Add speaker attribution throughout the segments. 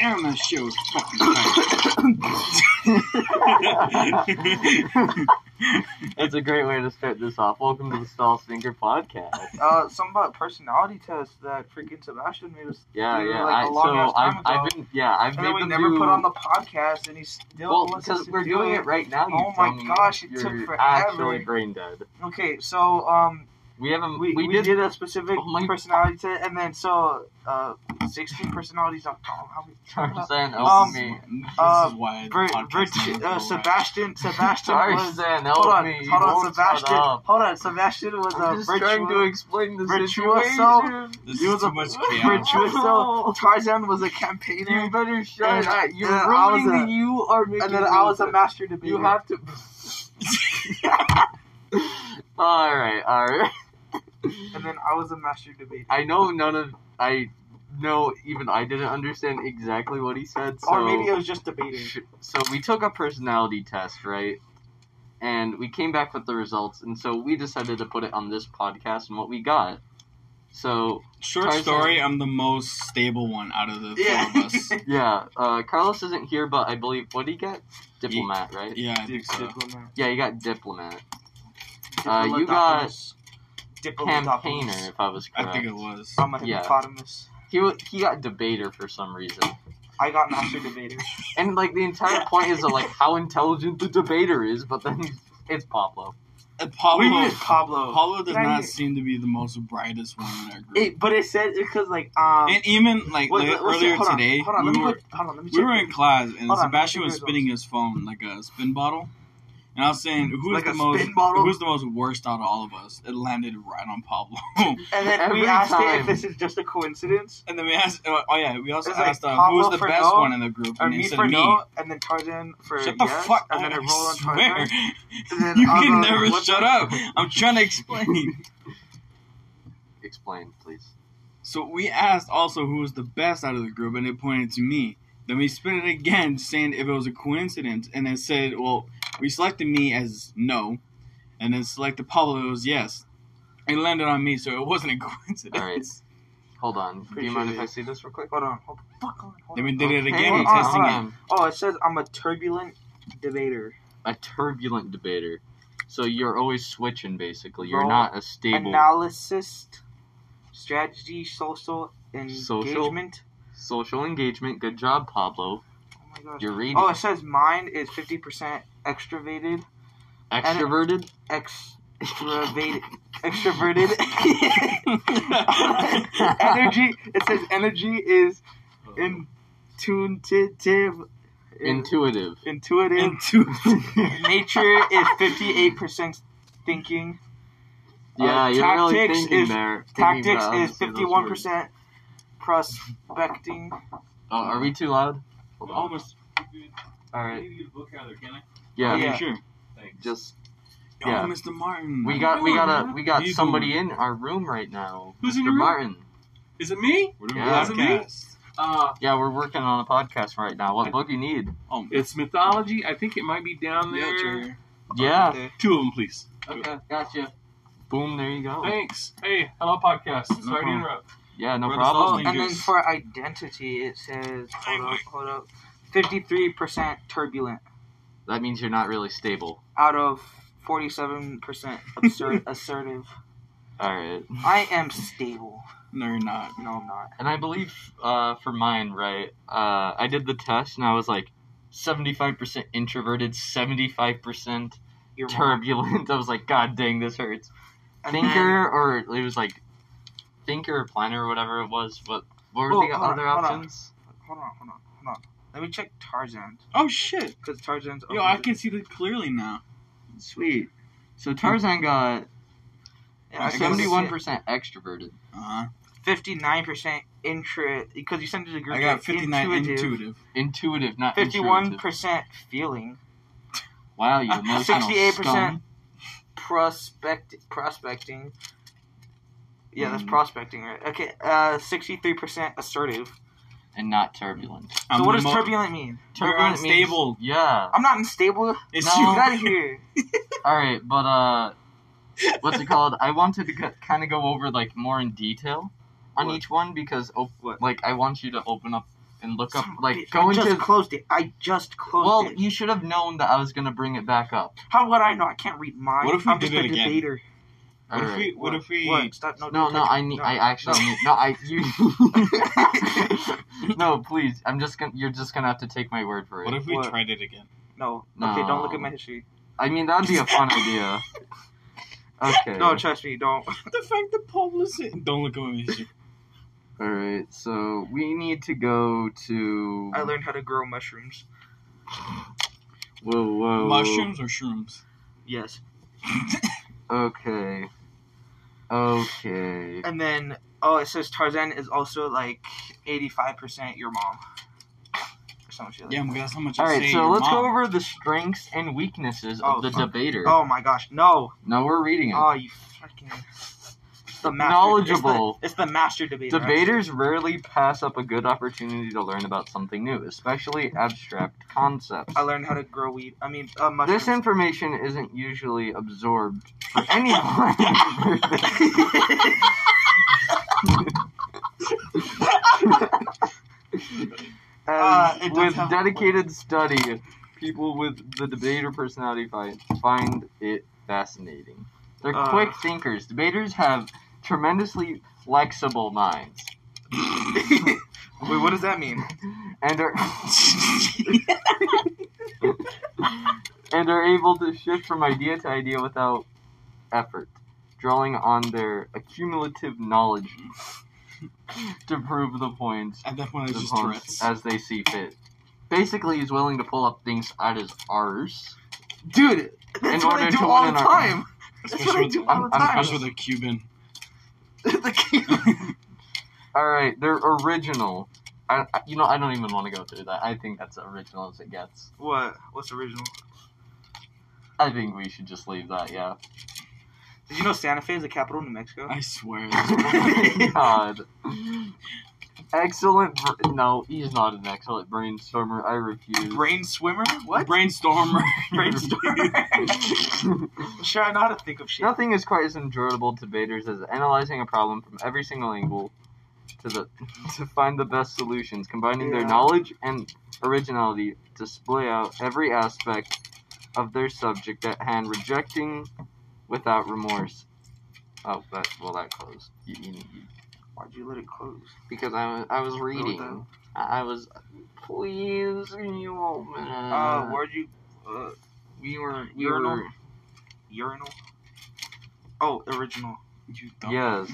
Speaker 1: Anna shows fucking time.
Speaker 2: That's a great way to start this off. Welcome to the Stall Stinker podcast.
Speaker 3: Uh, something about personality test that freaking Sebastian made us.
Speaker 2: Yeah,
Speaker 3: do,
Speaker 2: yeah.
Speaker 3: Like,
Speaker 2: I,
Speaker 3: a
Speaker 2: so
Speaker 3: long ass time
Speaker 2: I've, I've
Speaker 3: ago.
Speaker 2: been, yeah, I've
Speaker 3: and
Speaker 2: made
Speaker 3: then we
Speaker 2: them
Speaker 3: never
Speaker 2: do,
Speaker 3: put on the podcast, and he still
Speaker 2: Well,
Speaker 3: wants
Speaker 2: because
Speaker 3: us to
Speaker 2: we're
Speaker 3: do
Speaker 2: doing it right now. You
Speaker 3: Oh my
Speaker 2: dumb-
Speaker 3: gosh, it
Speaker 2: you're
Speaker 3: took forever.
Speaker 2: Actually, brain dead.
Speaker 3: Okay, so um,
Speaker 2: We haven't.
Speaker 3: we, we, did, a specific
Speaker 2: Oh my-
Speaker 3: personality test, and then so uh, sixteen personalities on top. How we
Speaker 2: Sorry, Zan, help
Speaker 3: Um,
Speaker 2: me.
Speaker 1: this
Speaker 3: Uh,
Speaker 1: is why the
Speaker 3: Brit,
Speaker 1: podcast
Speaker 3: Brit,
Speaker 1: is
Speaker 3: uh,
Speaker 1: right.
Speaker 3: Sebastian, Sebastian
Speaker 2: Sorry,
Speaker 3: was.
Speaker 2: Zan, help
Speaker 3: Hold on,
Speaker 2: me. You
Speaker 3: hold on,
Speaker 2: won't shut
Speaker 3: Sebastian.
Speaker 2: up.
Speaker 3: Hold on, Sebastian was
Speaker 2: I'm
Speaker 3: a
Speaker 2: just trying to
Speaker 3: virtuous.
Speaker 2: explain the
Speaker 3: virtuoso-
Speaker 2: situation.
Speaker 1: This is
Speaker 3: It was
Speaker 1: too
Speaker 3: a-
Speaker 1: much chaos.
Speaker 3: Virtuoso. Tarzan was a campaigner.
Speaker 2: You better shut
Speaker 3: And-
Speaker 2: up. You're
Speaker 3: and I was
Speaker 2: ruining
Speaker 3: a-
Speaker 2: the you are making
Speaker 3: and then
Speaker 2: me
Speaker 3: I was
Speaker 2: look
Speaker 3: a master debater.
Speaker 2: You have to. all right, all right.
Speaker 3: and then I was a master debater.
Speaker 2: I know none of I know even I didn't understand exactly what he said. So,
Speaker 3: or maybe it was just debating.
Speaker 2: sh- so we took a personality test, right? And we came back with the results, and so we decided to put it on this podcast and what we got. So
Speaker 1: Short
Speaker 2: Tarzan.
Speaker 1: story, I'm the most stable one out of the
Speaker 3: Yeah.
Speaker 1: four of us.
Speaker 2: yeah, uh, Carlos isn't here, but I believe what did he get? Diplomat, right?
Speaker 1: Yeah, I think so.
Speaker 3: Diplomat.
Speaker 2: Yeah, he got diplomat. Uh, you got
Speaker 3: Oh,
Speaker 2: Campaigner, if I was correct.
Speaker 1: I think it was.
Speaker 3: I'm a
Speaker 2: Yeah.
Speaker 3: hippopotamus.
Speaker 2: He wa- he got debater for some reason.
Speaker 3: I got master debater.
Speaker 2: And like the entire point is like how intelligent the debater is, but then it's Pablo.
Speaker 1: And
Speaker 3: we
Speaker 1: Pablo,
Speaker 3: did Pablo.
Speaker 1: Pablo does
Speaker 3: Did I
Speaker 1: not
Speaker 3: get-
Speaker 1: seem to be the most brightest one in our group.
Speaker 3: It, but it said because like um.
Speaker 1: and even like
Speaker 3: wait,
Speaker 1: la-
Speaker 3: let- let's see,
Speaker 1: earlier
Speaker 3: hold on,
Speaker 1: today,
Speaker 3: Hold on, let
Speaker 1: we
Speaker 3: me
Speaker 1: were
Speaker 3: look- hold on, let me
Speaker 1: we
Speaker 3: check.
Speaker 1: were in class and
Speaker 3: Hold on,
Speaker 1: Sebastian
Speaker 3: let me
Speaker 1: was
Speaker 3: do
Speaker 1: spinning his phone like a spin bottle, and I was saying who's
Speaker 3: Hmm. Like
Speaker 1: the
Speaker 3: a
Speaker 1: most
Speaker 3: spin bottle?
Speaker 1: who's the most worst out of all of us. It landed right on Pablo,
Speaker 3: and then
Speaker 2: every
Speaker 3: we asked it
Speaker 2: time.
Speaker 3: if this is just a coincidence
Speaker 1: and then we asked, oh yeah, we also
Speaker 3: It's like
Speaker 1: asked uh,
Speaker 3: Pablo
Speaker 1: who's the
Speaker 3: for
Speaker 1: best
Speaker 3: no,
Speaker 1: one in the group,
Speaker 3: or
Speaker 1: and he
Speaker 3: me
Speaker 1: said
Speaker 3: for
Speaker 1: me.
Speaker 3: no and then Tarzan for
Speaker 1: Shut the
Speaker 3: yes
Speaker 1: fuck
Speaker 3: and then it
Speaker 1: up!
Speaker 3: rolled
Speaker 1: I
Speaker 3: on
Speaker 1: swear,
Speaker 3: Tarzan. And then
Speaker 1: you
Speaker 3: I'm
Speaker 1: can
Speaker 3: a-
Speaker 1: never
Speaker 3: what
Speaker 1: shut
Speaker 3: the-
Speaker 1: up. I'm trying to explain.
Speaker 2: Explain, please.
Speaker 1: So we asked also who was the best out of the group, and they pointed to me. Then we spin it again, saying if it was a coincidence, and then said, "Well, we selected me as no, and then selected Pablo as yes." It landed on me, so it wasn't a coincidence.
Speaker 2: All right. Hold on. Do you mind if I see this real quick?
Speaker 3: Hold on, hold the fuck on. Hold
Speaker 1: Then we
Speaker 3: on.
Speaker 1: did it
Speaker 2: Okay,
Speaker 1: again,
Speaker 3: hold on,
Speaker 1: testing
Speaker 3: hold
Speaker 1: it.
Speaker 3: on. Oh, it says I'm a turbulent debater.
Speaker 2: A turbulent debater. So you're always switching basically. You're
Speaker 3: Bro,
Speaker 2: not a stable
Speaker 3: Analysis, strategy, social
Speaker 2: Social?
Speaker 3: engagement.
Speaker 2: social engagement. Good job, Pablo.
Speaker 3: Oh my gosh.
Speaker 2: You're reading
Speaker 3: Oh, it says mine is 50% extroverted,
Speaker 2: extroverted.
Speaker 3: extroverted, extroverted. energy, it says energy is
Speaker 2: Oh.
Speaker 3: intuitive.
Speaker 2: Intuitive.
Speaker 3: intuitive.
Speaker 1: Into
Speaker 3: Nature is 58% thinking. Uh,
Speaker 2: Yeah, you're really
Speaker 3: tactics
Speaker 2: thinking
Speaker 3: is-
Speaker 2: there. Thinking
Speaker 3: Tactics
Speaker 2: about how to
Speaker 3: is
Speaker 2: say those
Speaker 3: 51%
Speaker 2: words.
Speaker 3: prospecting.
Speaker 2: Oh, are we too loud? Hold on.
Speaker 1: almost.
Speaker 2: All right.
Speaker 1: need book out there, can I?
Speaker 4: Oh,
Speaker 2: Yeah.
Speaker 3: Yeah.
Speaker 1: sure.
Speaker 2: Just
Speaker 1: Oh,
Speaker 2: Yeah.
Speaker 1: Mr. Martin.
Speaker 2: we got we got a
Speaker 1: a.
Speaker 2: we got
Speaker 1: He's
Speaker 2: somebody in our room right now.
Speaker 4: Who's
Speaker 2: Mr.
Speaker 4: in your room?
Speaker 2: Martin.
Speaker 4: Is it me?
Speaker 2: Yeah.
Speaker 1: Yeah.
Speaker 4: Is it me? Uh,
Speaker 2: Yeah, we're working on a podcast right now. What book you need?
Speaker 1: Oh,
Speaker 4: it's mythology. I think it might be down
Speaker 1: yeah,
Speaker 4: there.
Speaker 1: Jerry.
Speaker 2: Yeah.
Speaker 4: Two of them, please. Okay, gotcha.
Speaker 2: Boom, there you go.
Speaker 4: Thanks. Hey, hello, podcast.
Speaker 2: No
Speaker 4: Sorry to
Speaker 2: problem.
Speaker 4: interrupt.
Speaker 2: Yeah, no
Speaker 1: We're
Speaker 3: Oh,
Speaker 2: problem.
Speaker 1: dissolving.
Speaker 3: and then
Speaker 1: Dangerous.
Speaker 3: for identity, it says hold up, hold up, fifty-three percent turbulent
Speaker 2: That means you're not really stable.
Speaker 3: out of forty-seven percent absurd assertive.
Speaker 2: All right.
Speaker 3: I am stable.
Speaker 1: No, you're not.
Speaker 3: No, I'm not.
Speaker 2: And I believe uh, for mine, right, uh, I did the test and I was like 75% introverted, 75%
Speaker 3: You're wrong.
Speaker 2: turbulent. I was like, God dang, this hurts.
Speaker 3: And then-
Speaker 2: Thinker, or it was like thinker or planner or whatever it was. What, what were
Speaker 3: Oh,
Speaker 2: the
Speaker 3: hold on,
Speaker 2: other
Speaker 3: hold on.
Speaker 2: options?
Speaker 3: Hold on, hold on, hold on. Let me check Tarzan
Speaker 1: Oh shit!
Speaker 3: because Tarzan's.
Speaker 2: Oh,
Speaker 1: Yo, I can see that clearly now.
Speaker 2: Sweet. So Tarzan got
Speaker 1: I guess-
Speaker 2: 71% extroverted.
Speaker 1: Uh-huh.
Speaker 3: Fifty-nine percent intra because you sent it to the group.
Speaker 1: I got
Speaker 3: chat,
Speaker 1: 59 intuitive.
Speaker 2: Intuitive, not
Speaker 3: Fifty-one
Speaker 2: intuitive.
Speaker 3: percent feeling.
Speaker 2: Wow, you emotional
Speaker 3: 68%
Speaker 2: scum.
Speaker 3: prospect prospecting. Yeah, that's
Speaker 2: Mm.
Speaker 3: prospecting, right? Okay, uh, sixty-three percent assertive.
Speaker 2: and not turbulent.
Speaker 3: So
Speaker 1: I'm
Speaker 3: what
Speaker 1: the
Speaker 3: does
Speaker 1: Um, mo-
Speaker 3: turbulent mean?
Speaker 1: You're
Speaker 2: Turbulent means-
Speaker 1: unstable.
Speaker 2: yeah.
Speaker 3: I'm not unstable.
Speaker 1: It's
Speaker 2: No.
Speaker 1: you.
Speaker 3: Get out of here.
Speaker 2: All right, but uh, what's it called? I wanted to kind of go over like more in detail on
Speaker 3: What?
Speaker 2: each one because op-
Speaker 3: What?
Speaker 2: like I want you to open up and look up
Speaker 3: Son of a
Speaker 2: like
Speaker 3: bitch,
Speaker 2: go
Speaker 3: I just
Speaker 2: into
Speaker 3: closed it. I just closed
Speaker 2: Well,
Speaker 3: it.
Speaker 2: you should have known that I was gonna bring it back up.
Speaker 3: How would I know? I can't read mine.
Speaker 1: What if we
Speaker 3: I'm just
Speaker 1: did
Speaker 3: a
Speaker 1: it again?
Speaker 3: debater.
Speaker 2: All
Speaker 1: What if
Speaker 2: right.
Speaker 1: we? What if we?
Speaker 3: What? Stop. No,
Speaker 2: Oh, No,
Speaker 3: don't
Speaker 2: no,
Speaker 3: touch
Speaker 2: I
Speaker 3: it.
Speaker 2: need.
Speaker 3: No.
Speaker 2: I actually
Speaker 3: No.
Speaker 2: need. No, I you. no, please. I'm just gonna. You're just gonna have to take my word for it.
Speaker 1: What if we
Speaker 3: What?
Speaker 1: tried it again?
Speaker 3: No. Okay, don't look at my history.
Speaker 2: I mean, that'd be a fun idea. Okay.
Speaker 3: No, trust me, don't.
Speaker 1: The fact that Paul was sitting. Don't look at me.
Speaker 2: All right. So we need to go to.
Speaker 3: I learned how to grow mushrooms.
Speaker 2: Whoa,
Speaker 3: Oh.
Speaker 2: whoa.
Speaker 1: Mushrooms or shrooms?
Speaker 3: Yes.
Speaker 2: Okay. Okay.
Speaker 3: And then, oh, it says Tarzan is also like 85% your mom. Or some shit like
Speaker 1: Yeah, my God, that's how much
Speaker 2: All
Speaker 1: I
Speaker 2: right.
Speaker 1: say
Speaker 2: So
Speaker 1: your
Speaker 2: let's go
Speaker 1: mom.
Speaker 2: over the strengths and weaknesses
Speaker 3: Oh,
Speaker 2: of the
Speaker 3: fuck.
Speaker 2: debater.
Speaker 3: that. Oh my gosh, no.
Speaker 2: Now we're reading it.
Speaker 3: Oh, you fucking. It's the master.
Speaker 2: Knowledgeable.
Speaker 3: It's the, it's the master debater.
Speaker 2: Debaters rarely pass up a good opportunity to learn about something new, especially abstract concepts.
Speaker 3: I learned how to grow weed. I mean, uh, mushrooms.
Speaker 2: This information isn't usually absorbed for anyone. And
Speaker 3: Uh, it does
Speaker 2: with
Speaker 3: have-
Speaker 2: dedicated study, people with the debater personality fi- find it fascinating. They're
Speaker 3: Uh.
Speaker 2: quick thinkers. Debaters have tremendously flexible minds.
Speaker 3: Wait, what does that mean?
Speaker 2: and are and are able to shift from idea to idea without effort, drawing on their accumulative knowledge to prove the points,
Speaker 1: At that point,
Speaker 2: the Uh,
Speaker 1: it's just
Speaker 2: points
Speaker 1: Tourette's.
Speaker 2: as they see fit. Basically, he's willing to pull up things out his arse.
Speaker 3: Dude, that's
Speaker 2: In
Speaker 3: what I
Speaker 2: order
Speaker 3: do
Speaker 2: to
Speaker 3: all
Speaker 2: win
Speaker 3: the
Speaker 2: an
Speaker 3: time.
Speaker 2: argument.
Speaker 3: That's what I do all the
Speaker 2: I'm- I'm
Speaker 3: time.
Speaker 1: Especially with a Cuban.
Speaker 3: The key-
Speaker 2: All right, they're original. I, I- you know, I don't even want to go through that. I think that's original as it gets.
Speaker 3: what? What's original?
Speaker 2: I think we should just leave that. Yeah.
Speaker 3: Did you know Santa Fe is the capital of New Mexico?
Speaker 1: I swear.
Speaker 2: God. Excellent. Br- no, he's not an excellent brainstormer. I refuse.
Speaker 3: Brain swimmer? What?
Speaker 1: Brainstormer.
Speaker 3: brainstormer. sure, I know how to think of shit.
Speaker 2: Nothing is quite as enjoyable to debaters as analyzing a problem from every single angle to the to find the best solutions, combining their
Speaker 3: Yeah.
Speaker 2: knowledge and originality to splay out every aspect of their subject at hand, rejecting without remorse. Oh, that well, that closed. You- you- you-
Speaker 3: Why'd you let it close?
Speaker 2: because I was I was reading.
Speaker 3: down.
Speaker 2: I I was. Please, can you open it?
Speaker 3: Uh, where'd you, uh,
Speaker 2: we were. We
Speaker 3: urinal?
Speaker 2: were.
Speaker 3: urinal? Oh, original.
Speaker 1: You dumb.
Speaker 2: Yes.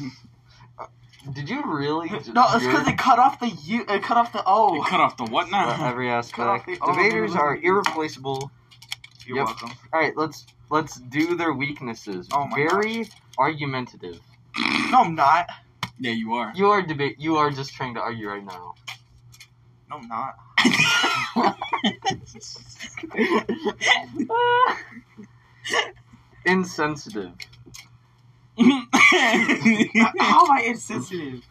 Speaker 2: Did you really? just
Speaker 3: Uh, No, it's because
Speaker 2: urinate
Speaker 3: they cut off the U, it cut off the
Speaker 1: You
Speaker 3: O.
Speaker 1: cut off the what
Speaker 2: at
Speaker 1: now?
Speaker 2: every
Speaker 3: Cut off
Speaker 2: aspect.
Speaker 3: the- oh,
Speaker 2: Debaters
Speaker 3: man.
Speaker 2: are irreplaceable.
Speaker 3: You're
Speaker 2: Yep.
Speaker 3: welcome.
Speaker 2: All right, let's let's do their weaknesses.
Speaker 3: Oh my
Speaker 2: Very argumentative.
Speaker 3: No, I'm not.
Speaker 1: Yeah, you are.
Speaker 2: You are debate. You are just trying to argue right now.
Speaker 3: No, I'm not.
Speaker 2: Insensitive.
Speaker 3: how am I insensitive?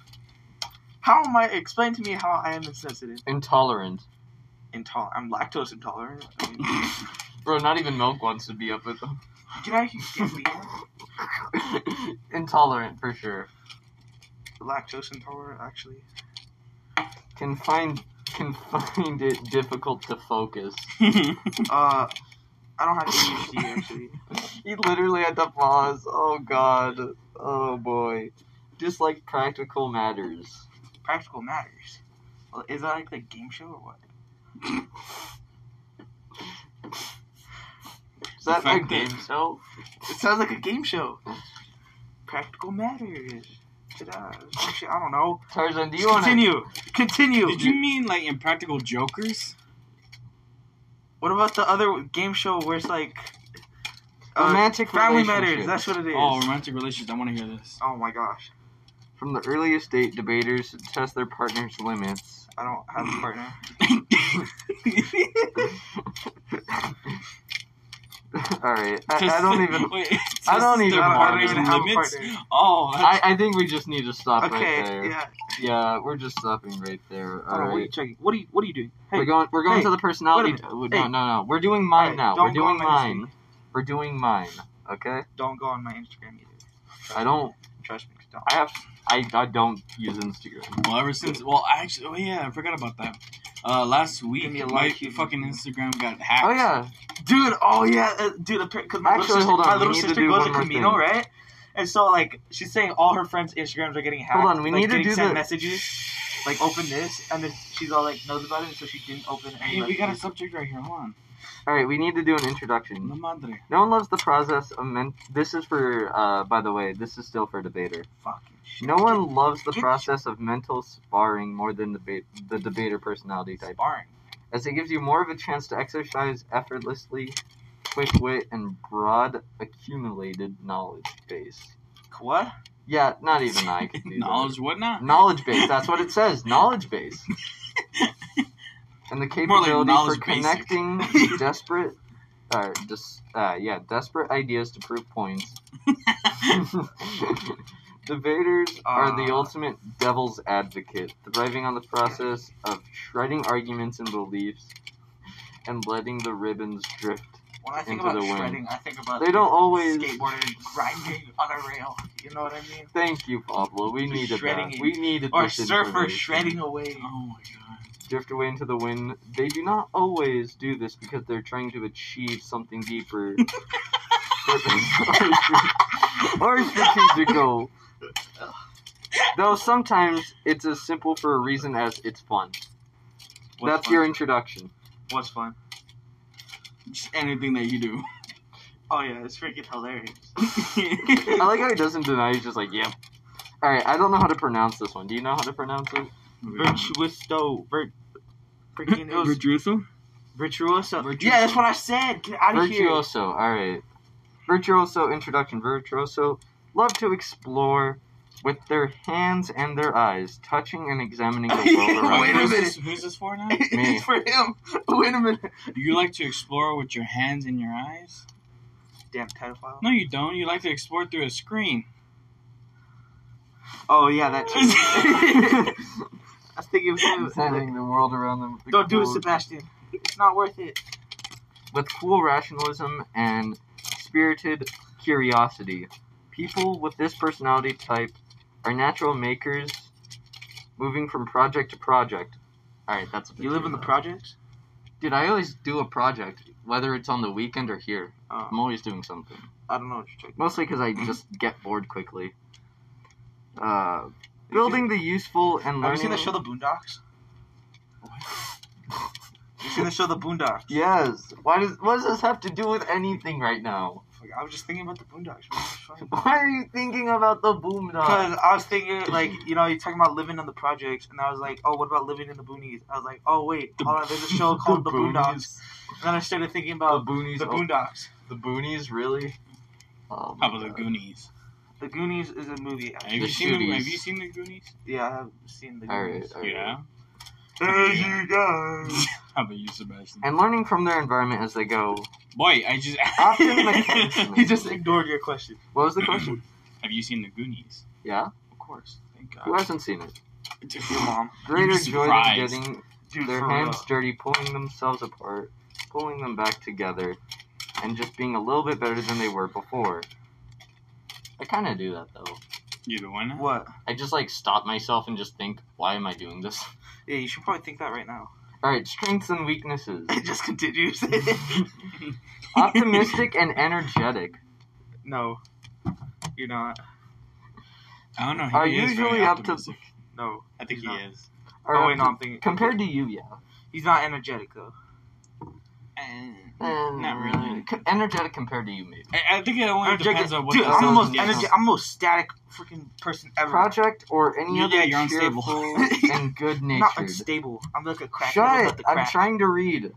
Speaker 3: How am I? Explain to me how I am insensitive.
Speaker 2: Intolerant.
Speaker 3: Intolerant. I'm lactose intolerant. I mean,
Speaker 2: Bro, not even milk wants to be up with them.
Speaker 3: get out of here, you can't be
Speaker 2: Intolerant for sure.
Speaker 3: lactose intolerant. Actually,
Speaker 2: can find can find it difficult to focus.
Speaker 3: uh, I don't have ADHD. Actually,
Speaker 2: He literally had to pause. Oh god. Oh boy. Just like practical matters.
Speaker 3: practical matters. Well, Is that like the game show or what?
Speaker 2: Is that
Speaker 1: The fact
Speaker 2: a game
Speaker 1: that-
Speaker 2: show?
Speaker 3: It sounds like a game show. Practical matters. Ta-da. Some shit, I don't know.
Speaker 2: Tarzan, do you want to?
Speaker 3: Continue. Continue.
Speaker 1: Did you mean like Impractical Jokers?
Speaker 3: What about the other game show where it's like uh,
Speaker 2: Romantic
Speaker 3: family
Speaker 2: relationships.
Speaker 3: matters? That's what it is.
Speaker 1: Oh, romantic relations. I want to hear this.
Speaker 3: oh my gosh.
Speaker 2: From the earliest date, debaters test their partner's limits.
Speaker 3: I don't have a partner.
Speaker 2: All right, I, I don't even.
Speaker 1: Wait,
Speaker 2: I don't
Speaker 1: just the
Speaker 2: even want
Speaker 1: bars
Speaker 2: to
Speaker 1: and
Speaker 3: have a
Speaker 1: limits?
Speaker 3: partner.
Speaker 1: Oh,
Speaker 2: I, I think we just need to stop
Speaker 3: okay,
Speaker 2: right there.
Speaker 3: yeah.
Speaker 2: Yeah, we're just stopping right there.
Speaker 3: Hold
Speaker 2: All
Speaker 3: on, what are you
Speaker 2: right.
Speaker 3: checking? What are you what are you doing? Hey,
Speaker 2: we're going. We're going
Speaker 3: hey,
Speaker 2: to the personality.
Speaker 3: wait a
Speaker 2: no,
Speaker 3: Hey.
Speaker 2: no, no. We're doing mine
Speaker 3: Alright,
Speaker 2: now.
Speaker 3: don't
Speaker 2: We're
Speaker 3: go on
Speaker 2: doing
Speaker 3: my
Speaker 2: mine. We're doing mine. Okay.
Speaker 3: don't go on my Instagram either.
Speaker 2: I don't.
Speaker 3: Trust me, don't.
Speaker 2: I have. I, I don't use Instagram.
Speaker 1: Well, ever since, well, actually, oh yeah, I forgot about that. Uh, last week,
Speaker 3: Give me a
Speaker 1: my
Speaker 3: like, you-
Speaker 1: fucking Instagram got hacked.
Speaker 2: Oh yeah,
Speaker 3: Dude, oh yeah, uh, dude. Because my
Speaker 2: Actually,
Speaker 3: little sister,
Speaker 2: hold on,
Speaker 3: my
Speaker 2: we
Speaker 3: little
Speaker 2: need to
Speaker 3: sister
Speaker 2: do
Speaker 3: goes
Speaker 2: one
Speaker 3: to
Speaker 2: more
Speaker 3: Camino,
Speaker 2: thing.
Speaker 3: right? And so like she's saying all her friends' Instagrams are getting hacked.
Speaker 2: Hold on, we
Speaker 3: like,
Speaker 2: need to
Speaker 3: getting
Speaker 2: do
Speaker 3: sent
Speaker 2: the-
Speaker 3: messages. Like open this, and then she's all like knows about it, so she didn't open it.
Speaker 1: Hey, we got a subject right here. Hold on.
Speaker 2: all right. We need to do an
Speaker 1: La
Speaker 2: introduction.
Speaker 1: madre.
Speaker 2: No one loves the process of men. This is for uh. By the way, this is still for debater.
Speaker 3: fucking shit.
Speaker 2: No one loves the
Speaker 3: Get-
Speaker 2: process of mental sparring more than debate the debater personality type.
Speaker 3: sparring.
Speaker 2: as it gives you more of a chance to exercise effortlessly, quick wit, and broad accumulated knowledge base.
Speaker 3: What?
Speaker 2: Yeah, not even I can do
Speaker 1: Knowledge, what not?
Speaker 2: that. Knowledge base. That's what it says. Knowledge base. And the
Speaker 1: like
Speaker 2: capability for
Speaker 1: knowledge basic.
Speaker 2: connecting desperate, or just uh, yeah, desperate ideas to prove points. Debaters are the
Speaker 3: Ah.
Speaker 2: ultimate devil's advocate, thriving on the process of shredding arguments and beliefs and letting the ribbons drift.
Speaker 3: When I think
Speaker 2: Into
Speaker 3: about
Speaker 2: the wind.
Speaker 3: shredding, I think about
Speaker 2: They don't always.
Speaker 3: skateboarding, grinding on a rail. You know what I mean?
Speaker 2: Thank you, Pablo. We
Speaker 3: Just
Speaker 2: needed
Speaker 3: shredding
Speaker 2: that.
Speaker 3: it.
Speaker 2: We needed
Speaker 3: Or
Speaker 2: this
Speaker 3: surfer
Speaker 2: information.
Speaker 3: shredding away.
Speaker 1: Oh my god.
Speaker 2: Drift away into the wind. They do not always do this because they're trying to achieve something deeper. or strategic goal. Though sometimes it's as simple for a reason as it's fun.
Speaker 3: What's
Speaker 2: That's
Speaker 3: fun?
Speaker 2: your introduction.
Speaker 3: What's fun?
Speaker 1: Just anything that you do.
Speaker 3: Oh yeah, it's freaking hilarious.
Speaker 2: I like how he doesn't deny. He's just like, yep. All right, I don't know how to pronounce this one. Do you know how to pronounce it?
Speaker 3: Virtuoso, vir- freaking it was
Speaker 1: Virtuoso?
Speaker 3: virtuoso.
Speaker 1: Virtuoso.
Speaker 3: Yeah, that's what I said. Get out of here.
Speaker 2: Virtuoso. All right. Virtuoso introduction. Virtuoso love to explore with their hands and their eyes, touching and examining the world around.
Speaker 3: Wait a
Speaker 1: who's
Speaker 2: them.
Speaker 3: minute.
Speaker 1: This, who's this for now?
Speaker 2: Me.
Speaker 3: it's for him. Wait a minute.
Speaker 1: you like to explore with your hands and your eyes?
Speaker 3: Damn pedophile.
Speaker 1: No, you don't. You like to explore through a screen.
Speaker 3: Oh yeah, that too. I was thinking of him.
Speaker 2: Examining the world around them. with
Speaker 3: Don't do it,
Speaker 2: cool-
Speaker 3: Sebastian. It's not worth it.
Speaker 2: With cool rationalism and spirited curiosity, people with this personality type are natural makers, moving from project to project. All right, that's a bit
Speaker 3: You live in the
Speaker 2: too-
Speaker 3: projects.
Speaker 2: Dude, I always do a project, whether it's on the weekend or here.
Speaker 3: Oh,
Speaker 2: I'm always doing something.
Speaker 3: I don't know what you're talking.
Speaker 2: Mostly because I just get bored quickly. Uh, building the useful and
Speaker 3: Have you
Speaker 2: learning.
Speaker 3: seen the show The Boondocks? You seen the show The Boondocks?
Speaker 2: Yes. Why does what does this have to do with anything right now?
Speaker 3: Like, I was just thinking about The Boondocks. man.
Speaker 2: Why are you thinking about the boom dog?
Speaker 3: Because I was thinking, like, you know, you're talking about living on the projects, and I was like, oh, what about living in the boonies? I was like, oh, wait, hold on, there's a show called The Boondocks. And then I started thinking
Speaker 2: The
Speaker 3: about
Speaker 2: boonies.
Speaker 3: The
Speaker 1: oh.
Speaker 3: Boondocks.
Speaker 2: the boonies. Really? Oh, my
Speaker 1: How about the
Speaker 2: God.
Speaker 1: Goonies?
Speaker 3: The Goonies is a movie.
Speaker 1: Have you,
Speaker 2: The
Speaker 1: seen the,
Speaker 2: Shooties.
Speaker 1: have you seen the Goonies?
Speaker 3: Yeah, I have seen The
Speaker 2: All right.
Speaker 3: Goonies.
Speaker 2: all right.
Speaker 1: Yeah.
Speaker 3: Hey, you guys.
Speaker 1: How about you, Sebastian?
Speaker 2: And learning from their environment as they go.
Speaker 1: Boy, I just.
Speaker 2: Often the
Speaker 3: He just ignored your question.
Speaker 2: What was the question?
Speaker 1: have you seen the Goonies?
Speaker 2: Yeah.
Speaker 1: Of course. Thank
Speaker 2: Who
Speaker 1: God.
Speaker 2: hasn't seen it?
Speaker 3: Your mom.
Speaker 2: Greater
Speaker 1: You'd be
Speaker 2: joy than
Speaker 1: surprised.
Speaker 2: getting
Speaker 3: Dude,
Speaker 2: their
Speaker 3: for
Speaker 2: hands
Speaker 3: real.
Speaker 2: dirty, pulling themselves apart, pulling them back together, and just being a little bit better than they were before. I kind of do that though.
Speaker 1: You the one?
Speaker 3: What?
Speaker 2: I just like stop myself and just think, why am I doing this?
Speaker 3: Yeah, you should probably think that right now.
Speaker 2: All right, strengths and weaknesses.
Speaker 3: It just continues.
Speaker 2: Optimistic and energetic.
Speaker 3: no. You're not.
Speaker 1: I don't know. He
Speaker 2: Are
Speaker 1: is very
Speaker 2: usually up to-
Speaker 1: optimistic.
Speaker 3: No.
Speaker 1: I think
Speaker 3: he's
Speaker 1: he
Speaker 3: not.
Speaker 1: is.
Speaker 2: Or
Speaker 3: oh, wait, no, I'm thinking.
Speaker 2: Compared to you, yeah.
Speaker 3: He's not energetic, though.
Speaker 2: Eh,
Speaker 1: Not really.
Speaker 2: co- energetic compared to you, maybe.
Speaker 1: I, I think it only
Speaker 3: Energetic-
Speaker 1: depends on what
Speaker 3: Dude,
Speaker 1: the
Speaker 3: I'm the most
Speaker 1: subject is.
Speaker 3: energy. I'm the most static freaking person ever.
Speaker 2: Project or any
Speaker 1: Yeah,
Speaker 2: other
Speaker 1: you're unstable.
Speaker 2: cheerful and good
Speaker 3: I'm not
Speaker 2: natured.
Speaker 3: unstable. I'm like a crack.
Speaker 2: Shut
Speaker 3: I'm,
Speaker 2: it! I'm trying to read.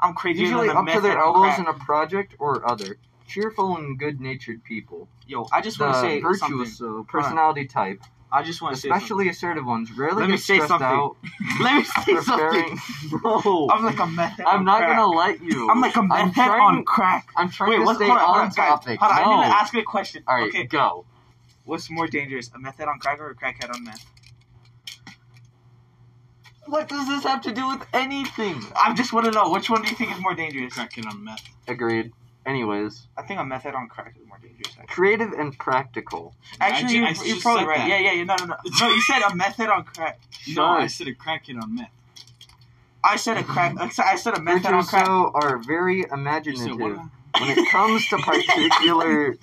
Speaker 3: I'm crazy.
Speaker 2: usually
Speaker 3: than the
Speaker 2: up to
Speaker 3: meth
Speaker 2: their
Speaker 3: and
Speaker 2: elbows
Speaker 3: crack.
Speaker 2: in a project or other. Cheerful and good-natured people.
Speaker 3: Yo, I just want
Speaker 2: The
Speaker 3: to say something.
Speaker 2: virtuoso personality type,
Speaker 3: I just want to say something.
Speaker 2: especially assertive ones, rarely
Speaker 3: Let me
Speaker 2: get
Speaker 3: say
Speaker 2: stressed
Speaker 3: something.
Speaker 2: out
Speaker 3: Let me say something.
Speaker 2: preparing. no,
Speaker 3: I'm like a meth.
Speaker 2: I'm not
Speaker 3: crack.
Speaker 2: gonna let you.
Speaker 3: I'm like a meth head
Speaker 2: trying-
Speaker 3: on crack.
Speaker 2: I'm trying
Speaker 3: Wait,
Speaker 2: to
Speaker 3: what's
Speaker 2: stay
Speaker 3: hold on, hold on,
Speaker 2: on
Speaker 3: guys,
Speaker 2: topic.
Speaker 3: Hold on,
Speaker 2: no.
Speaker 3: I need to ask you a question.
Speaker 2: All right,
Speaker 3: Okay,
Speaker 2: go.
Speaker 3: what's more dangerous, a meth head on crack or a crackhead on meth?
Speaker 2: What does this have to do with anything?
Speaker 3: I just want to know which one do you think is more dangerous?
Speaker 1: Crack it on meth.
Speaker 2: Agreed. Anyways,
Speaker 3: I think a method on crack is more dangerous. Actually,
Speaker 2: creative and practical.
Speaker 1: ju-
Speaker 3: actually you,
Speaker 1: I
Speaker 3: you're
Speaker 1: just
Speaker 3: probably
Speaker 1: said
Speaker 3: right.
Speaker 1: that.
Speaker 3: Yeah, yeah, yeah. No, no, no. No, you said a method on crack.
Speaker 1: No, I
Speaker 2: Sure.
Speaker 1: said a crackhead on meth.
Speaker 3: I said a crack. I said a method on
Speaker 2: Creatures
Speaker 3: crack.
Speaker 2: though are very
Speaker 1: You said
Speaker 2: imaginative
Speaker 1: what?
Speaker 2: when it comes to particular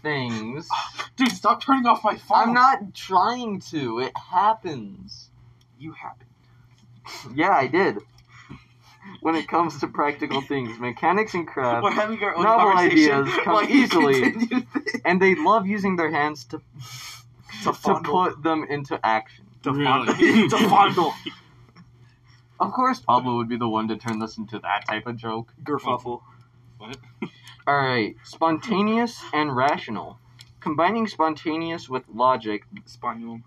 Speaker 2: things.
Speaker 3: Oh.
Speaker 4: Dude, stop turning off my phone.
Speaker 2: I'm not trying to. It happens.
Speaker 3: You happen.
Speaker 2: Yeah, I did. When it comes to practical things, mechanics and craft,
Speaker 3: We're having our own
Speaker 2: Novel
Speaker 3: conversation.
Speaker 2: ideas come
Speaker 3: while you
Speaker 2: easily.
Speaker 3: continue this.
Speaker 2: and they love using their hands to
Speaker 3: To
Speaker 2: to
Speaker 3: fondle.
Speaker 2: put them into action.
Speaker 3: To
Speaker 1: Really?
Speaker 3: fondle. to fondle.
Speaker 2: Of course, Pablo would be the one to turn this into that type of joke.
Speaker 3: Gerfuffle.
Speaker 2: All right, spontaneous and rational. Combining spontaneous with logic,
Speaker 3: Spaniel.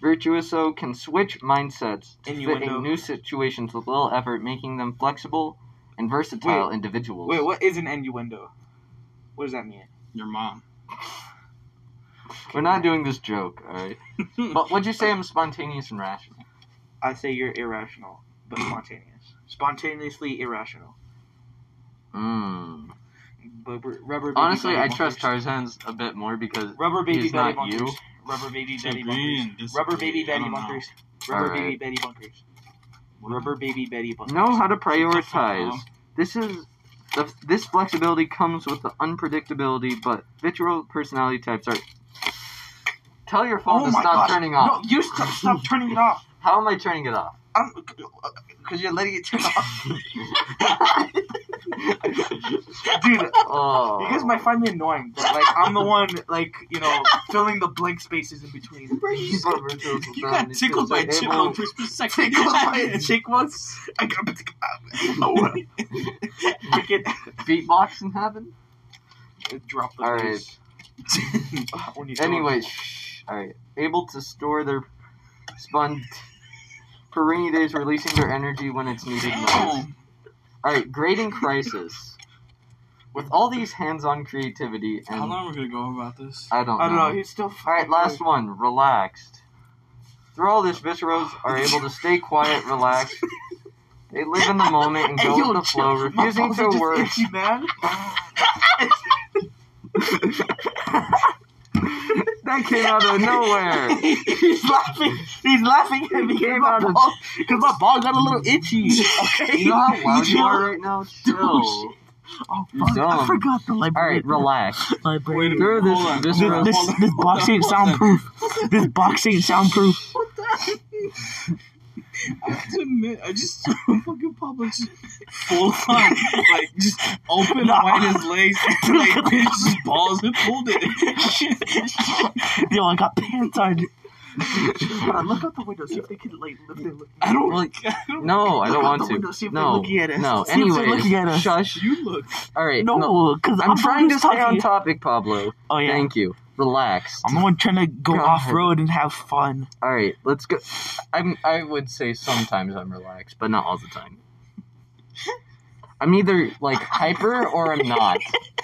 Speaker 2: Virtuoso can switch mindsets to fit
Speaker 3: Innuendo.
Speaker 2: in new situations with little effort, making them flexible and versatile individuals.
Speaker 3: Wait, what is an innuendo? What does that mean?
Speaker 1: Your mom.
Speaker 2: We're not doing this joke, all right? but would you say I'm spontaneous and rational?
Speaker 3: I say you're irrational, but spontaneous. Spontaneously irrational.
Speaker 2: Mm.
Speaker 3: But r- rubber baby
Speaker 2: Honestly,
Speaker 3: Betty
Speaker 2: I trust
Speaker 3: bumpers.
Speaker 2: Tarzan's a bit more because
Speaker 3: Rubber baby
Speaker 2: he's
Speaker 3: Betty
Speaker 2: not
Speaker 3: bumpers.
Speaker 2: you.
Speaker 3: Rubber baby Betty
Speaker 1: Agree
Speaker 3: bumpers.
Speaker 1: and disagree.
Speaker 3: Rubber baby
Speaker 1: I
Speaker 3: Betty
Speaker 1: don't know.
Speaker 3: bumpers. Rubber
Speaker 2: Alright.
Speaker 3: baby Betty bumpers. Rubber baby Betty bumpers.
Speaker 2: know how
Speaker 1: Shut
Speaker 2: to
Speaker 1: the fuck
Speaker 2: prioritize.
Speaker 3: Uh-huh.
Speaker 1: up.
Speaker 2: This is the, this flexibility comes with the unpredictability, but vitriol personality types are. Tell your phone
Speaker 3: Oh
Speaker 2: to
Speaker 3: my
Speaker 2: stop
Speaker 3: gosh.
Speaker 2: turning off.
Speaker 3: No, you stop, stop turning it off.
Speaker 2: How am I turning it off?
Speaker 3: I'm because you're letting it turn off, dude.
Speaker 2: oh.
Speaker 3: You guys might find me annoying, but like I'm the one like you know filling the blank spaces in between.
Speaker 2: Oh.
Speaker 1: Bro, you, just got, you got tickled by chipmunkers for a second.
Speaker 3: Tickled by chipmunks. I got oh, freaking
Speaker 2: Beatboxing happen?
Speaker 3: drop the
Speaker 2: Alright.
Speaker 3: bass. When you throw it.
Speaker 2: Anyway, shh. Alright. Able to store their spun for rainy days, releasing their energy when it's needed most.
Speaker 1: Damn.
Speaker 2: Alright, grading crisis. With all these hands on creativity and.
Speaker 1: How long are we gonna go about this?
Speaker 2: I don't know.
Speaker 3: I don't know. He's still.
Speaker 2: Alright, last one. Relaxed. Through all this, visceros are able to stay quiet, relaxed. They live in the moment and
Speaker 3: Hey,
Speaker 2: go
Speaker 3: yo,
Speaker 2: with the flow,
Speaker 3: chill. My
Speaker 2: refusing
Speaker 3: balls
Speaker 2: to
Speaker 3: are just
Speaker 2: work.
Speaker 3: itchy, man.
Speaker 2: that came out of nowhere.
Speaker 3: He's laughing. He's laughing at me because my,
Speaker 2: out of-
Speaker 3: ball, 'cause my ball got a little itchy. Okay.
Speaker 2: You know how loud you
Speaker 3: Chill.
Speaker 2: are right now? Chill.
Speaker 3: Oh,
Speaker 2: You're
Speaker 3: fuck,
Speaker 2: dumb.
Speaker 3: I forgot the library.
Speaker 2: Alright, relax.
Speaker 1: Wait a minute.
Speaker 2: Through this
Speaker 1: Hold on.
Speaker 2: visceral-
Speaker 1: hold on,
Speaker 3: This,
Speaker 1: hold
Speaker 3: this,
Speaker 1: on.
Speaker 3: this box ain't soundproof. This box ain't soundproof.
Speaker 1: I have to admit, I just saw fucking public just full on, like just open
Speaker 3: Nah.
Speaker 1: wide his legs, and like pinched his balls and pulled it.
Speaker 3: Yo, I got pants on. Hold on, look out the window, see if they can like lift it. Look.
Speaker 1: I don't
Speaker 2: Like-
Speaker 1: like. I don't
Speaker 2: No, I don't
Speaker 3: Look out
Speaker 2: want
Speaker 3: the window, see
Speaker 2: to.
Speaker 3: if they're
Speaker 2: No,
Speaker 3: looking at us.
Speaker 2: no.
Speaker 3: See if they're
Speaker 2: Anyways,
Speaker 3: looking at us.
Speaker 2: shush.
Speaker 1: You look.
Speaker 2: Alright, no.
Speaker 3: No, because
Speaker 2: I'm trying to stay on topic, Pablo.
Speaker 3: Oh yeah,
Speaker 2: Thank you. Relax.
Speaker 3: I'm the one trying to go
Speaker 2: God.
Speaker 3: off road and have fun.
Speaker 2: Alright, let's go. I'm. I would say sometimes I'm relaxed, but not all the time. I'm either like hyper or I'm not.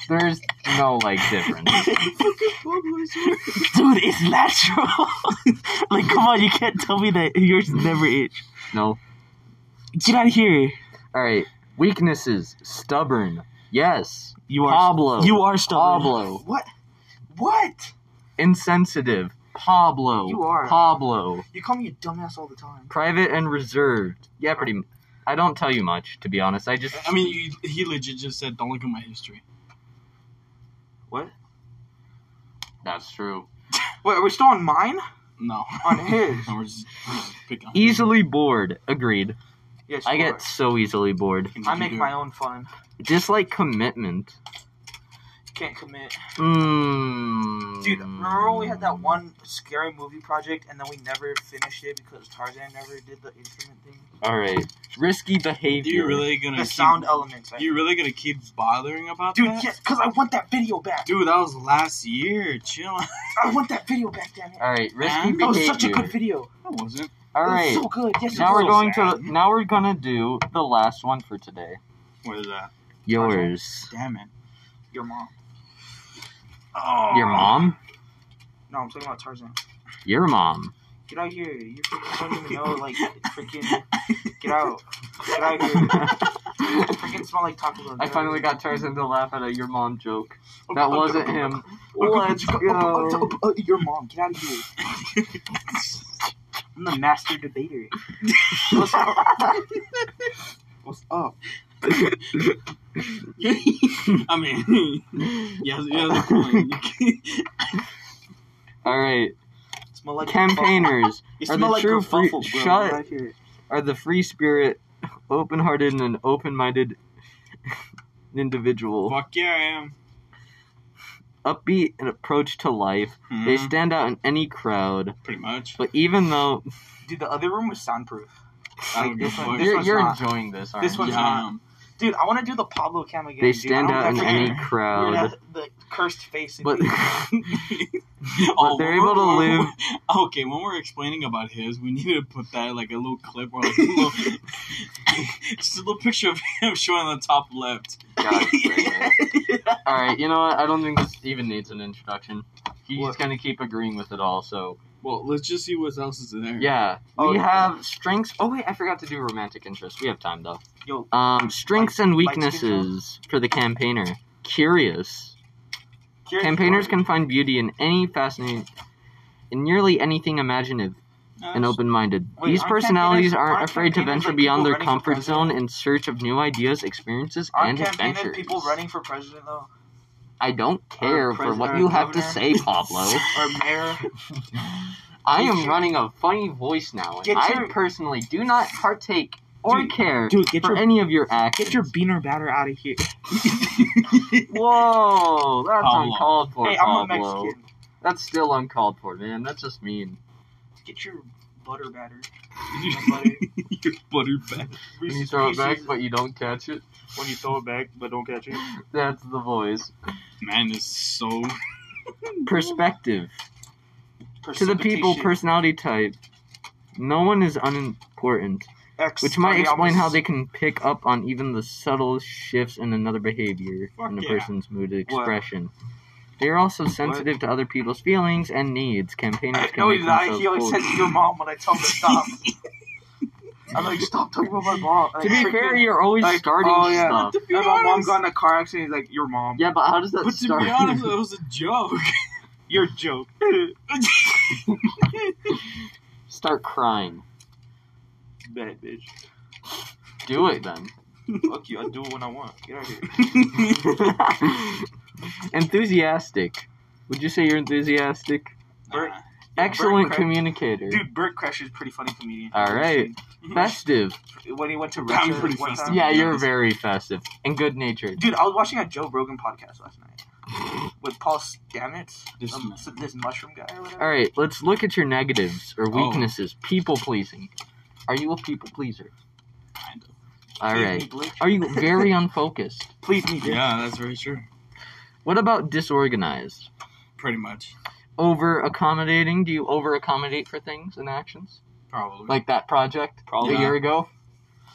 Speaker 2: There's no like difference.
Speaker 3: Dude, it's natural. like, come on, you can't tell me that yours never itch.
Speaker 2: No.
Speaker 3: Get out of here.
Speaker 2: Alright. Weaknesses. Stubborn. Yes.
Speaker 3: You are
Speaker 2: Pablo.
Speaker 3: You are stubborn.
Speaker 2: Pablo.
Speaker 3: What? What?
Speaker 2: insensitive, Pablo,
Speaker 3: You are.
Speaker 2: Pablo,
Speaker 3: You call me a dumbass all the time.
Speaker 2: private and reserved. Yeah, pretty. M- I don't tell you much, to be honest. I just.
Speaker 1: I mean, you, he legit just said, "Don't look at my history."
Speaker 3: What?
Speaker 2: That's true.
Speaker 3: Wait, are we still on mine?
Speaker 1: No,
Speaker 3: On his?
Speaker 1: No, we're just, we're just picking on
Speaker 2: Easily bored. Agreed.
Speaker 3: Yes.
Speaker 2: I
Speaker 3: you
Speaker 2: get so easily bored.
Speaker 1: him.
Speaker 3: are. I make my own fun.
Speaker 2: Dislike commitment.
Speaker 3: Can't commit.
Speaker 2: Mmm.
Speaker 3: Dude, remember when we had that one scary movie project and then we never finished it because Tarzan never did the instrument thing?
Speaker 2: All right. Risky
Speaker 1: Are
Speaker 2: behavior.
Speaker 1: you really gonna
Speaker 3: The
Speaker 1: keep-
Speaker 3: sound elements. I
Speaker 1: You really gonna keep bothering about
Speaker 3: Dude,
Speaker 1: that?
Speaker 3: yes, because I want that video back.
Speaker 1: Dude, that was last year. Chill. out.
Speaker 3: I want that video back, damn it.
Speaker 2: All right. Risky
Speaker 1: Man,
Speaker 3: That
Speaker 2: behavior.
Speaker 3: was such a good video.
Speaker 1: That wasn't.
Speaker 2: All
Speaker 3: It
Speaker 2: right.
Speaker 3: was so good. Yes, it
Speaker 2: now
Speaker 3: was.
Speaker 2: we're going
Speaker 1: sad.
Speaker 2: to. Now we're gonna do the last one for today.
Speaker 1: What is that?
Speaker 2: Yours.
Speaker 1: Damn it.
Speaker 3: Your mom.
Speaker 1: Oh.
Speaker 2: Your mom.
Speaker 3: No, I'm talking about Tarzan.
Speaker 2: Your mom.
Speaker 3: Get out here. You freaking don't even know, like, freaking. Get out. Get out of here. I freaking smell like tacos. on
Speaker 2: I
Speaker 3: donuts.
Speaker 2: finally got Tarzan to laugh at a your mom joke.
Speaker 3: Oh,
Speaker 2: That
Speaker 3: oh,
Speaker 2: wasn't
Speaker 3: oh,
Speaker 2: him.
Speaker 3: oh, oh,
Speaker 2: Let's
Speaker 3: oh, oh, oh,
Speaker 2: go.
Speaker 3: oh, oh, Your mom, get out of here. I'm the master debater. What's up? What's up?
Speaker 1: I mean, yes, yes. a point.
Speaker 2: All right,
Speaker 3: Smell like
Speaker 2: campaigners
Speaker 1: You
Speaker 2: Are
Speaker 1: smell
Speaker 2: the
Speaker 1: like
Speaker 2: true
Speaker 1: kerfuffle,
Speaker 2: free-
Speaker 1: bro.
Speaker 2: shut-
Speaker 3: Right here.
Speaker 2: are the free spirit, open-hearted and open-minded individual,
Speaker 1: Fuck yeah, I am.
Speaker 2: upbeat and approach to life. They
Speaker 3: Hmm.
Speaker 1: Mhm,
Speaker 2: stand out in any crowd,
Speaker 1: pretty much.
Speaker 2: but even though
Speaker 3: Dude, the other room was soundproof.
Speaker 1: I
Speaker 3: Like,
Speaker 1: don't give a
Speaker 3: this one-
Speaker 1: fuck.
Speaker 3: this
Speaker 2: you're,
Speaker 3: one's
Speaker 2: you're
Speaker 3: not.
Speaker 2: enjoying this, aren't
Speaker 3: This
Speaker 2: you?
Speaker 3: one's
Speaker 1: yeah, I am.
Speaker 3: Dude, I want to do the Pablo Cam again.
Speaker 2: They
Speaker 3: dude. I
Speaker 2: stand
Speaker 3: don't
Speaker 2: out in
Speaker 3: ever
Speaker 2: any
Speaker 3: forget. Weird
Speaker 2: crowd,
Speaker 3: ass- the cursed face. in
Speaker 2: but
Speaker 3: me.
Speaker 1: Oh,
Speaker 2: they're
Speaker 1: when
Speaker 2: able to
Speaker 1: we're-
Speaker 2: live-
Speaker 1: Okay, when we're explaining about his, we need to put that like a little clip or like a little, just a little picture of him showing on the top left.
Speaker 2: God, all right, you know what? I don't think this even needs an introduction. He's
Speaker 1: What?
Speaker 2: gonna keep agreeing with it all, so
Speaker 1: Well, let's just see what else is in there.
Speaker 2: yeah.
Speaker 3: Oh,
Speaker 2: we
Speaker 3: yeah.
Speaker 2: have strengths. Oh wait, I forgot to do romantic interests. We have time though.
Speaker 3: Yo,
Speaker 2: Um, strengths and
Speaker 3: Light- light skin
Speaker 2: weaknesses for the campaigner. Curious.
Speaker 3: Curious
Speaker 2: Campaigners
Speaker 3: George.
Speaker 2: can find beauty in any fascinating, in nearly anything imaginative
Speaker 1: Uh,
Speaker 2: and open-minded.
Speaker 3: Wait,
Speaker 2: These
Speaker 3: aren't
Speaker 2: personalities
Speaker 3: campaigners-
Speaker 2: aren't,
Speaker 3: aren't
Speaker 2: afraid to
Speaker 3: campaigners
Speaker 2: venture
Speaker 3: like
Speaker 2: beyond
Speaker 3: people
Speaker 2: their
Speaker 3: running for
Speaker 2: comfort
Speaker 3: president?
Speaker 2: zone in search of new ideas, experiences,
Speaker 3: Aren't
Speaker 2: and
Speaker 3: campaigners
Speaker 2: adventures.
Speaker 3: people running for president though,
Speaker 2: I don't care for
Speaker 3: president
Speaker 2: what
Speaker 3: or
Speaker 2: you have to
Speaker 3: governor?
Speaker 2: say, Pablo.
Speaker 3: or mayor?
Speaker 2: I am
Speaker 3: Get your-
Speaker 2: running a funny voice now, and
Speaker 3: Get
Speaker 2: I
Speaker 3: your-
Speaker 2: personally do not partake or
Speaker 3: Dude,
Speaker 2: care
Speaker 3: dude, get
Speaker 2: for
Speaker 3: your-
Speaker 2: any of your actions.
Speaker 3: Get your beaner batter out of here.
Speaker 2: Whoa, that's
Speaker 1: Pablo.
Speaker 2: uncalled for,
Speaker 3: hey, I'm a
Speaker 2: Pablo.
Speaker 3: Mexican.
Speaker 2: That's still uncalled for, man. That's just mean.
Speaker 3: Get your butter batter.
Speaker 1: you
Speaker 3: Peanut butter.
Speaker 1: butter back.
Speaker 2: When you
Speaker 3: Reese's
Speaker 2: throw it back,
Speaker 3: Pieces.
Speaker 2: but you don't catch it.
Speaker 3: when you throw it back, but don't catch it.
Speaker 2: That's the voice.
Speaker 1: Man is so.
Speaker 2: Perspective. To the people,
Speaker 3: Precipitation.
Speaker 2: personality type. No one is unimportant,
Speaker 3: X.
Speaker 2: which might
Speaker 3: Sorry, I
Speaker 2: explain
Speaker 3: was-
Speaker 2: how they can pick up on even the subtle shifts in another behavior
Speaker 1: Fuck
Speaker 2: in a
Speaker 1: yeah.
Speaker 2: person's mood
Speaker 3: What?
Speaker 2: expression. They are also sensitive to other people's feelings and needs. Campaigners can
Speaker 3: No,
Speaker 2: make
Speaker 3: he's not. He always
Speaker 2: themselves
Speaker 3: says your mom when I tell him to stop. I'm like, stop talking about my mom.
Speaker 2: bold. To be fair, you're always
Speaker 3: like,
Speaker 2: starting
Speaker 3: oh, yeah.
Speaker 2: stuff.
Speaker 1: To be
Speaker 3: my mom
Speaker 1: honest-
Speaker 3: got in a car accident. He's like, your mom.
Speaker 2: Yeah, but how does that
Speaker 1: But to
Speaker 2: start?
Speaker 1: be honest, it was a joke.
Speaker 3: Your joke.
Speaker 2: start crying.
Speaker 3: Bad bitch.
Speaker 2: Do it then.
Speaker 3: Fuck you. I do it when I want. Get out of here.
Speaker 2: enthusiastic. Would you say you're enthusiastic?
Speaker 3: Bert,
Speaker 2: Excellent
Speaker 3: Bert Kreischer.
Speaker 2: communicator.
Speaker 3: dude, Bert Crusher's pretty funny comedian.
Speaker 2: All right. Festive.
Speaker 3: When he went to
Speaker 1: I'm
Speaker 3: Russia
Speaker 1: pretty
Speaker 3: one
Speaker 1: festive.
Speaker 3: time.
Speaker 2: Yeah,
Speaker 1: nice.
Speaker 2: you're very festive and good natured.
Speaker 3: Dude, I was watching a Joe Rogan podcast last night with Paul Stamets,
Speaker 1: This
Speaker 3: um,
Speaker 1: man.
Speaker 3: s- this mushroom guy or whatever.
Speaker 2: All right, let's look at your negatives or
Speaker 1: Oh.
Speaker 2: weaknesses. People pleasing. Are you a people pleaser?
Speaker 1: Kind
Speaker 2: All
Speaker 3: Please
Speaker 2: right.
Speaker 3: me, Blake.
Speaker 2: Are you very unfocused?
Speaker 3: Please me, Blake.
Speaker 1: Yeah, that's very true.
Speaker 2: What about disorganized?
Speaker 1: Pretty much.
Speaker 2: Over accommodating? Do you over accommodate for things and actions?
Speaker 1: Probably.
Speaker 2: Like that project
Speaker 1: Probably
Speaker 2: a year ago?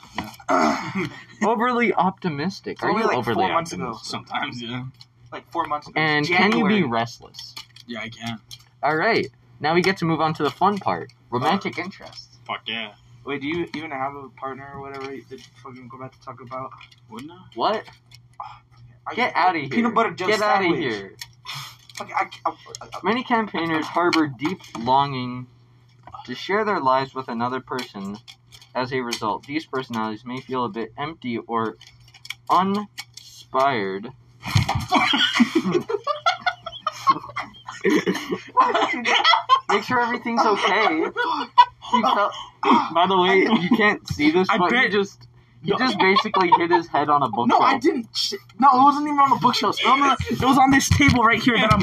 Speaker 1: Like,
Speaker 2: Overly optimistic. Are
Speaker 3: Only
Speaker 2: you
Speaker 3: like
Speaker 2: overly
Speaker 3: four months ago.
Speaker 2: optimistic?
Speaker 1: Sometimes, yeah.
Speaker 3: Like four months ago.
Speaker 2: And can
Speaker 3: January.
Speaker 2: you be restless?
Speaker 1: Yeah, I can.
Speaker 2: All right. Now we get to move on to the fun part romantic interests.
Speaker 1: Fuck yeah.
Speaker 3: Wait, do you even have a partner or whatever that fucking go back to talk about?
Speaker 1: Wouldn't I?
Speaker 2: What?
Speaker 3: I-
Speaker 2: Get out of here.
Speaker 3: Peanut butter jelly
Speaker 2: Get out of
Speaker 3: sandwich.
Speaker 2: here.
Speaker 3: Fuck, I, I, I-
Speaker 2: Many campaigners harbor deep longing to share their lives with another person. As a result, these personalities may feel a bit empty or uninspired. Make sure everything's okay. He felt- by the way, you can't see this,
Speaker 3: I
Speaker 2: but
Speaker 3: bet-
Speaker 2: he just he
Speaker 3: No.
Speaker 2: just basically hit his head on a bookshelf.
Speaker 3: no, I didn't. sh- No, it wasn't even on the bookshelf. It was on, the- it was on this table right here that I'm.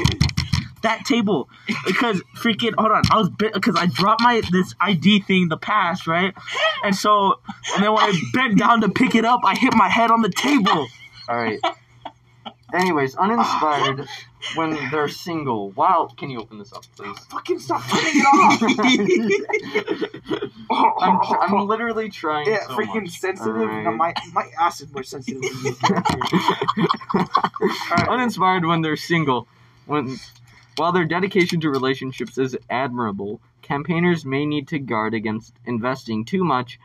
Speaker 3: That table, because freaking hold on, I was bent because I dropped my this ID thing the pass right, and so and then when I bent down to pick it up, I hit my head on the table.
Speaker 2: All right. Anyways, uninspired when they're single. Wow, can you open this up, please?
Speaker 3: Fucking stop turning it off.
Speaker 2: I'm, tr- I'm literally trying.
Speaker 3: yeah,
Speaker 2: so
Speaker 3: freaking
Speaker 2: much.
Speaker 3: sensitive.
Speaker 2: Alright.
Speaker 3: No, my my ass is more sensitive. Than yours. Alright.
Speaker 2: uninspired when they're single. When while their dedication to relationships is admirable, campaigners may need to guard against investing too much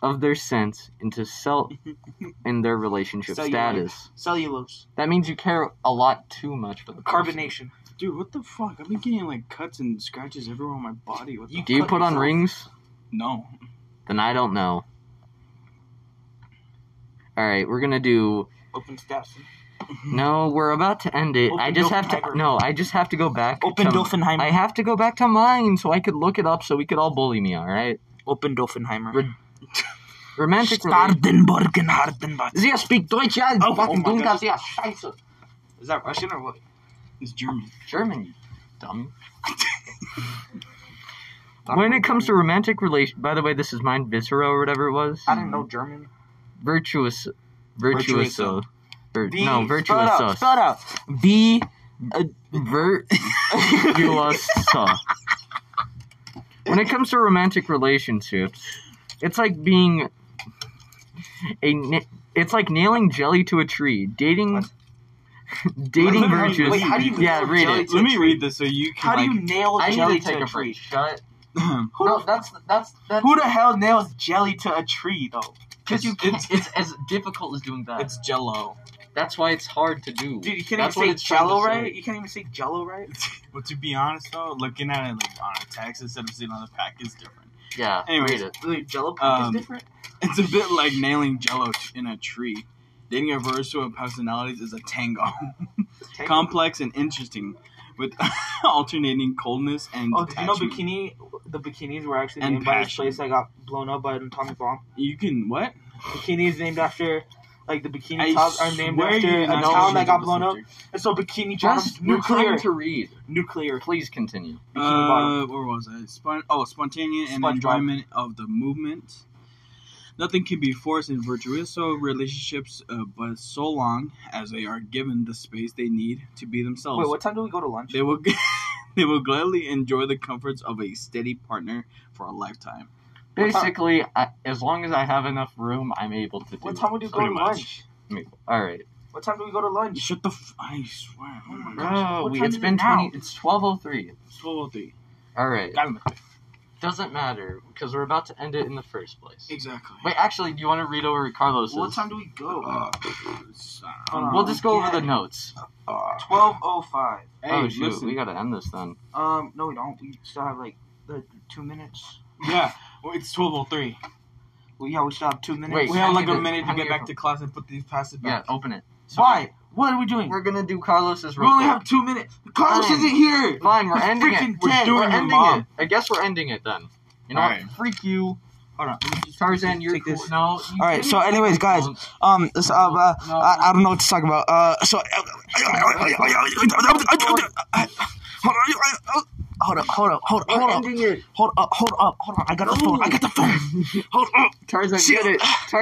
Speaker 2: of their sense into cell in their relationship
Speaker 5: Cellulite.
Speaker 2: status.
Speaker 5: Cellulose.
Speaker 2: That means you care a lot too much for the person.
Speaker 5: Carbonation.
Speaker 1: Dude, what the fuck? I've been getting like cuts and scratches everywhere on my body. What the
Speaker 5: You-
Speaker 2: Do you
Speaker 5: Cut
Speaker 2: put on
Speaker 5: yourself.
Speaker 2: rings?
Speaker 1: No.
Speaker 2: Then I don't know. All right, we're gonna do.
Speaker 5: Open status.
Speaker 2: No, we're about to end it.
Speaker 5: Open
Speaker 2: I just have
Speaker 5: Dopenheimer.
Speaker 2: to. No, I just have to go back.
Speaker 3: Open
Speaker 2: to,
Speaker 3: Dolphinheimer.
Speaker 2: I have to go back to mine so I could look it up so we could all bully me. All right.
Speaker 3: Open Dolphinheimer.
Speaker 2: Re- Romantic. Rela-
Speaker 3: Stardenbergen Hardenbach.
Speaker 2: Sie speak Deutsch, ja? Sie
Speaker 1: Oh, oh
Speaker 2: fucking
Speaker 1: my
Speaker 2: Dunga,
Speaker 1: God.
Speaker 2: Sie scheiße.
Speaker 5: Is that Russian or what?
Speaker 1: It's German.
Speaker 2: German, you dumb. when it comes to romantic relation, by the way, this is mine, Viscera or whatever it was.
Speaker 5: I didn't know German.
Speaker 2: Virtuous, virtuoso, Vir-
Speaker 5: V-
Speaker 2: no,
Speaker 5: spell it out,
Speaker 2: virtuoso.
Speaker 5: Spell it out.
Speaker 2: V, uh, virtuoso. when it comes to romantic relationships, it's like being a. na- It's like nailing jelly to a tree. Dating. Dating
Speaker 1: Wait,
Speaker 2: virtues.
Speaker 5: Wait, how do you
Speaker 2: yeah,
Speaker 5: nail
Speaker 2: read
Speaker 5: jelly
Speaker 2: it.
Speaker 5: to a
Speaker 1: Let me
Speaker 5: tree?
Speaker 1: read this so you can.
Speaker 5: How do you nail
Speaker 2: I
Speaker 5: jelly
Speaker 2: need to take
Speaker 5: to a
Speaker 2: a break.
Speaker 5: tree?
Speaker 2: Shut.
Speaker 1: you?
Speaker 5: Who
Speaker 2: No,
Speaker 5: the-
Speaker 2: that's that's that's.
Speaker 5: Who the hell nails jelly to a tree though?
Speaker 2: Because you
Speaker 5: It's-
Speaker 2: can't. It's, as difficult as doing that.
Speaker 5: It's Jello.
Speaker 2: that's why it's hard to do.
Speaker 5: Dude, you can't
Speaker 2: that's what
Speaker 5: even
Speaker 2: it's
Speaker 5: say
Speaker 2: trying to
Speaker 5: Jello
Speaker 2: say.
Speaker 5: right. You can't even say Jello right.
Speaker 1: But to be honest though, looking at it like on a text instead of seeing on the pack is different.
Speaker 2: Yeah.
Speaker 1: Anyways.
Speaker 2: read it.
Speaker 5: Like, Jello
Speaker 1: Um,
Speaker 5: is different.
Speaker 1: It's a bit like nailing Jello t- in a tree. Dating a verso of personalities is a tango,
Speaker 5: Tango.
Speaker 1: complex and interesting, with alternating coldness and
Speaker 5: Oh, did you know
Speaker 1: detachment.
Speaker 5: bikini? The bikinis were actually
Speaker 1: And
Speaker 5: named by this
Speaker 1: passion.
Speaker 5: place that got blown up by Tommy Bomb.
Speaker 1: You can what?
Speaker 5: Bikini is named after, like the bikini
Speaker 1: I
Speaker 5: tops are named
Speaker 1: swear
Speaker 5: after
Speaker 1: you
Speaker 5: a
Speaker 1: did not
Speaker 5: town
Speaker 1: change
Speaker 5: that got
Speaker 1: the
Speaker 5: blown up.
Speaker 1: subject.
Speaker 5: And so bikini
Speaker 2: Just
Speaker 5: tops,
Speaker 2: we're
Speaker 5: nuclear,
Speaker 2: trying to read.
Speaker 5: nuclear.
Speaker 2: Please continue.
Speaker 5: Bikini Bottom.
Speaker 1: Uh, where was I? Spon- oh, spontaneous and
Speaker 5: SpongeBob.
Speaker 1: enjoyment of the movement. Nothing can be forced in virtuoso relationships, uh, but so long as they are given the space they need to be themselves.
Speaker 5: Wait, what time do we go to lunch?
Speaker 1: They will they will gladly enjoy the comforts of a steady partner for a lifetime.
Speaker 2: Basically, I, as long as I have enough room, I'm able to do.
Speaker 5: What time would you go
Speaker 1: Pretty
Speaker 5: to
Speaker 1: much.
Speaker 5: lunch?
Speaker 2: All right,
Speaker 5: What time do we go to lunch?
Speaker 1: Shut the f- I swear. Oh my god.
Speaker 2: bro.
Speaker 5: what
Speaker 2: we-
Speaker 5: time
Speaker 2: it's
Speaker 5: is it
Speaker 2: been
Speaker 5: now?
Speaker 2: twenty. It's twelve oh three.
Speaker 1: Twelve three.
Speaker 2: All right,
Speaker 5: Got him.
Speaker 2: doesn't matter because we're about to end it in the first place.
Speaker 1: Exactly.
Speaker 2: Wait, actually, do you want to read over Carlos?
Speaker 5: What time do we go?
Speaker 1: Uh,
Speaker 5: on,
Speaker 2: We'll just go over the
Speaker 5: yeah.
Speaker 2: notes.
Speaker 5: Twelve oh five.
Speaker 1: hey,
Speaker 2: oh shoot,
Speaker 1: listen.
Speaker 2: we gotta end this then.
Speaker 5: Um, no, we don't. We still have like the two minutes.
Speaker 1: yeah. Well, it's twelve oh three.
Speaker 5: Well, yeah, we still have two minutes.
Speaker 2: Wait,
Speaker 1: We have
Speaker 2: I
Speaker 1: like
Speaker 2: need
Speaker 1: a
Speaker 2: to-
Speaker 1: minute
Speaker 2: I
Speaker 1: to
Speaker 2: need
Speaker 1: get
Speaker 2: to-
Speaker 1: back to class and put these passes
Speaker 2: Yeah,
Speaker 1: back.
Speaker 2: open it. So-
Speaker 5: Why? What are we doing?
Speaker 2: We're gonna do Carlos's.
Speaker 5: We
Speaker 2: real
Speaker 5: only
Speaker 2: quick.
Speaker 5: have two minutes. Carlos
Speaker 2: Fine.
Speaker 5: isn't here.
Speaker 2: Fine, we're
Speaker 5: We're
Speaker 2: ending
Speaker 5: freaking
Speaker 2: it. We're,
Speaker 5: dead.
Speaker 2: we're
Speaker 1: Doing your
Speaker 2: ending
Speaker 1: mom.
Speaker 2: it. I guess we're ending it then. You know,
Speaker 1: Alright.
Speaker 2: what? freak you,
Speaker 5: Hold on. let me just-
Speaker 2: Tarzan. You're
Speaker 5: Take
Speaker 2: cool.
Speaker 5: this.
Speaker 2: No.
Speaker 5: All right, so anyways, guys, Um, so, uh, uh,
Speaker 2: No.
Speaker 5: I, I don't know what to talk about. Uh, so, hold up, hold up, hold up, hold up,
Speaker 2: ending it.
Speaker 5: hold up, hold up, hold on. I got the phone. I got the phone. Hold up.
Speaker 2: Tarzan,
Speaker 5: See-
Speaker 2: get it.